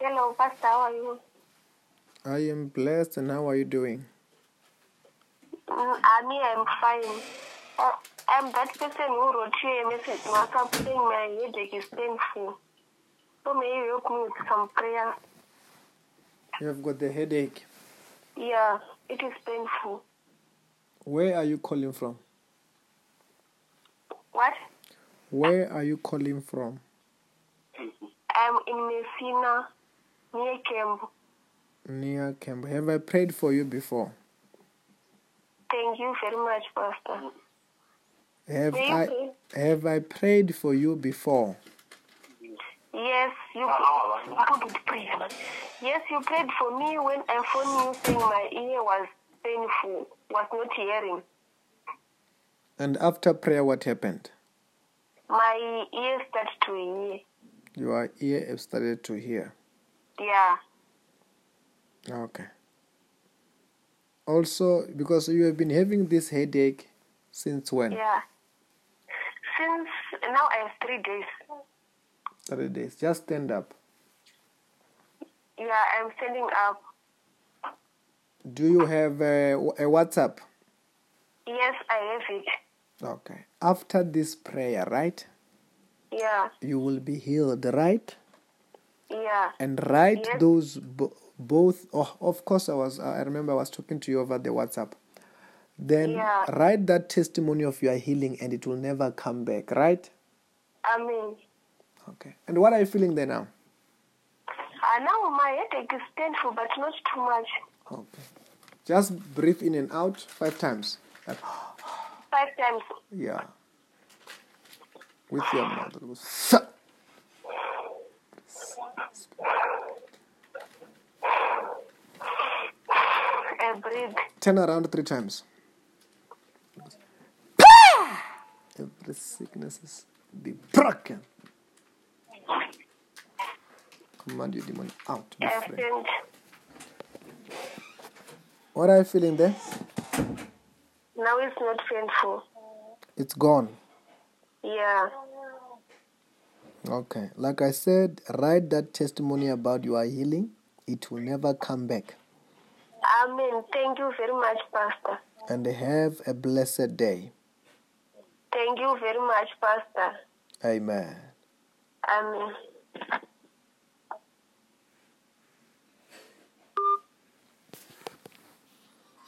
Hello, first how are you? I am blessed, and how are you doing? Mm, I mean, I'm fine. Uh, I'm that person who wrote you a message on WhatsApp saying my headache is painful. So may you help me with some prayer? You have got the headache. Yeah, it is painful. Where are you calling from? What? Where are you calling from? I'm in Messina, near Camp. Near Camp. Have I prayed for you before? Thank you very much, Pastor. Have Thank I you. have I prayed for you before? Yes, you put with prayer. man. Yes, you prayed for me when I phoned you saying my ear was painful, was not hearing. And after prayer, what happened? My ear started to hear. Your ear have started to hear. Yeah. Okay. Also, because you have been having this headache since when? Yeah. Since now I have three days. Three days. Just stand up. Yeah, I'm standing up. Do you have a, a WhatsApp? Yes, I have it. Okay. After this prayer, right? Yeah, You will be healed, right? yeah, And write Yes. those bo- both. Oh, of course, I was. I remember I was talking to you over the WhatsApp. Then Yeah. write that testimony of your healing, and it will never come back, right? I mean, Okay. And what are you feeling there now? uh, now my headache is painful, but not too much. Okay. Just breathe in and out five times. Like, Five times. yeah. With your mouth. It goes, I breathe. Turn around three times. Every sickness is be broken. Command your demon out. Be I free. stand. What are you feeling there? Now it's not painful. It's gone. Yeah, Okay. Like I said, write that testimony about your healing. It will never come back. I mean, thank you very much, Pastor. And have a blessed day. Thank you very much, Pastor. Amen. I mean.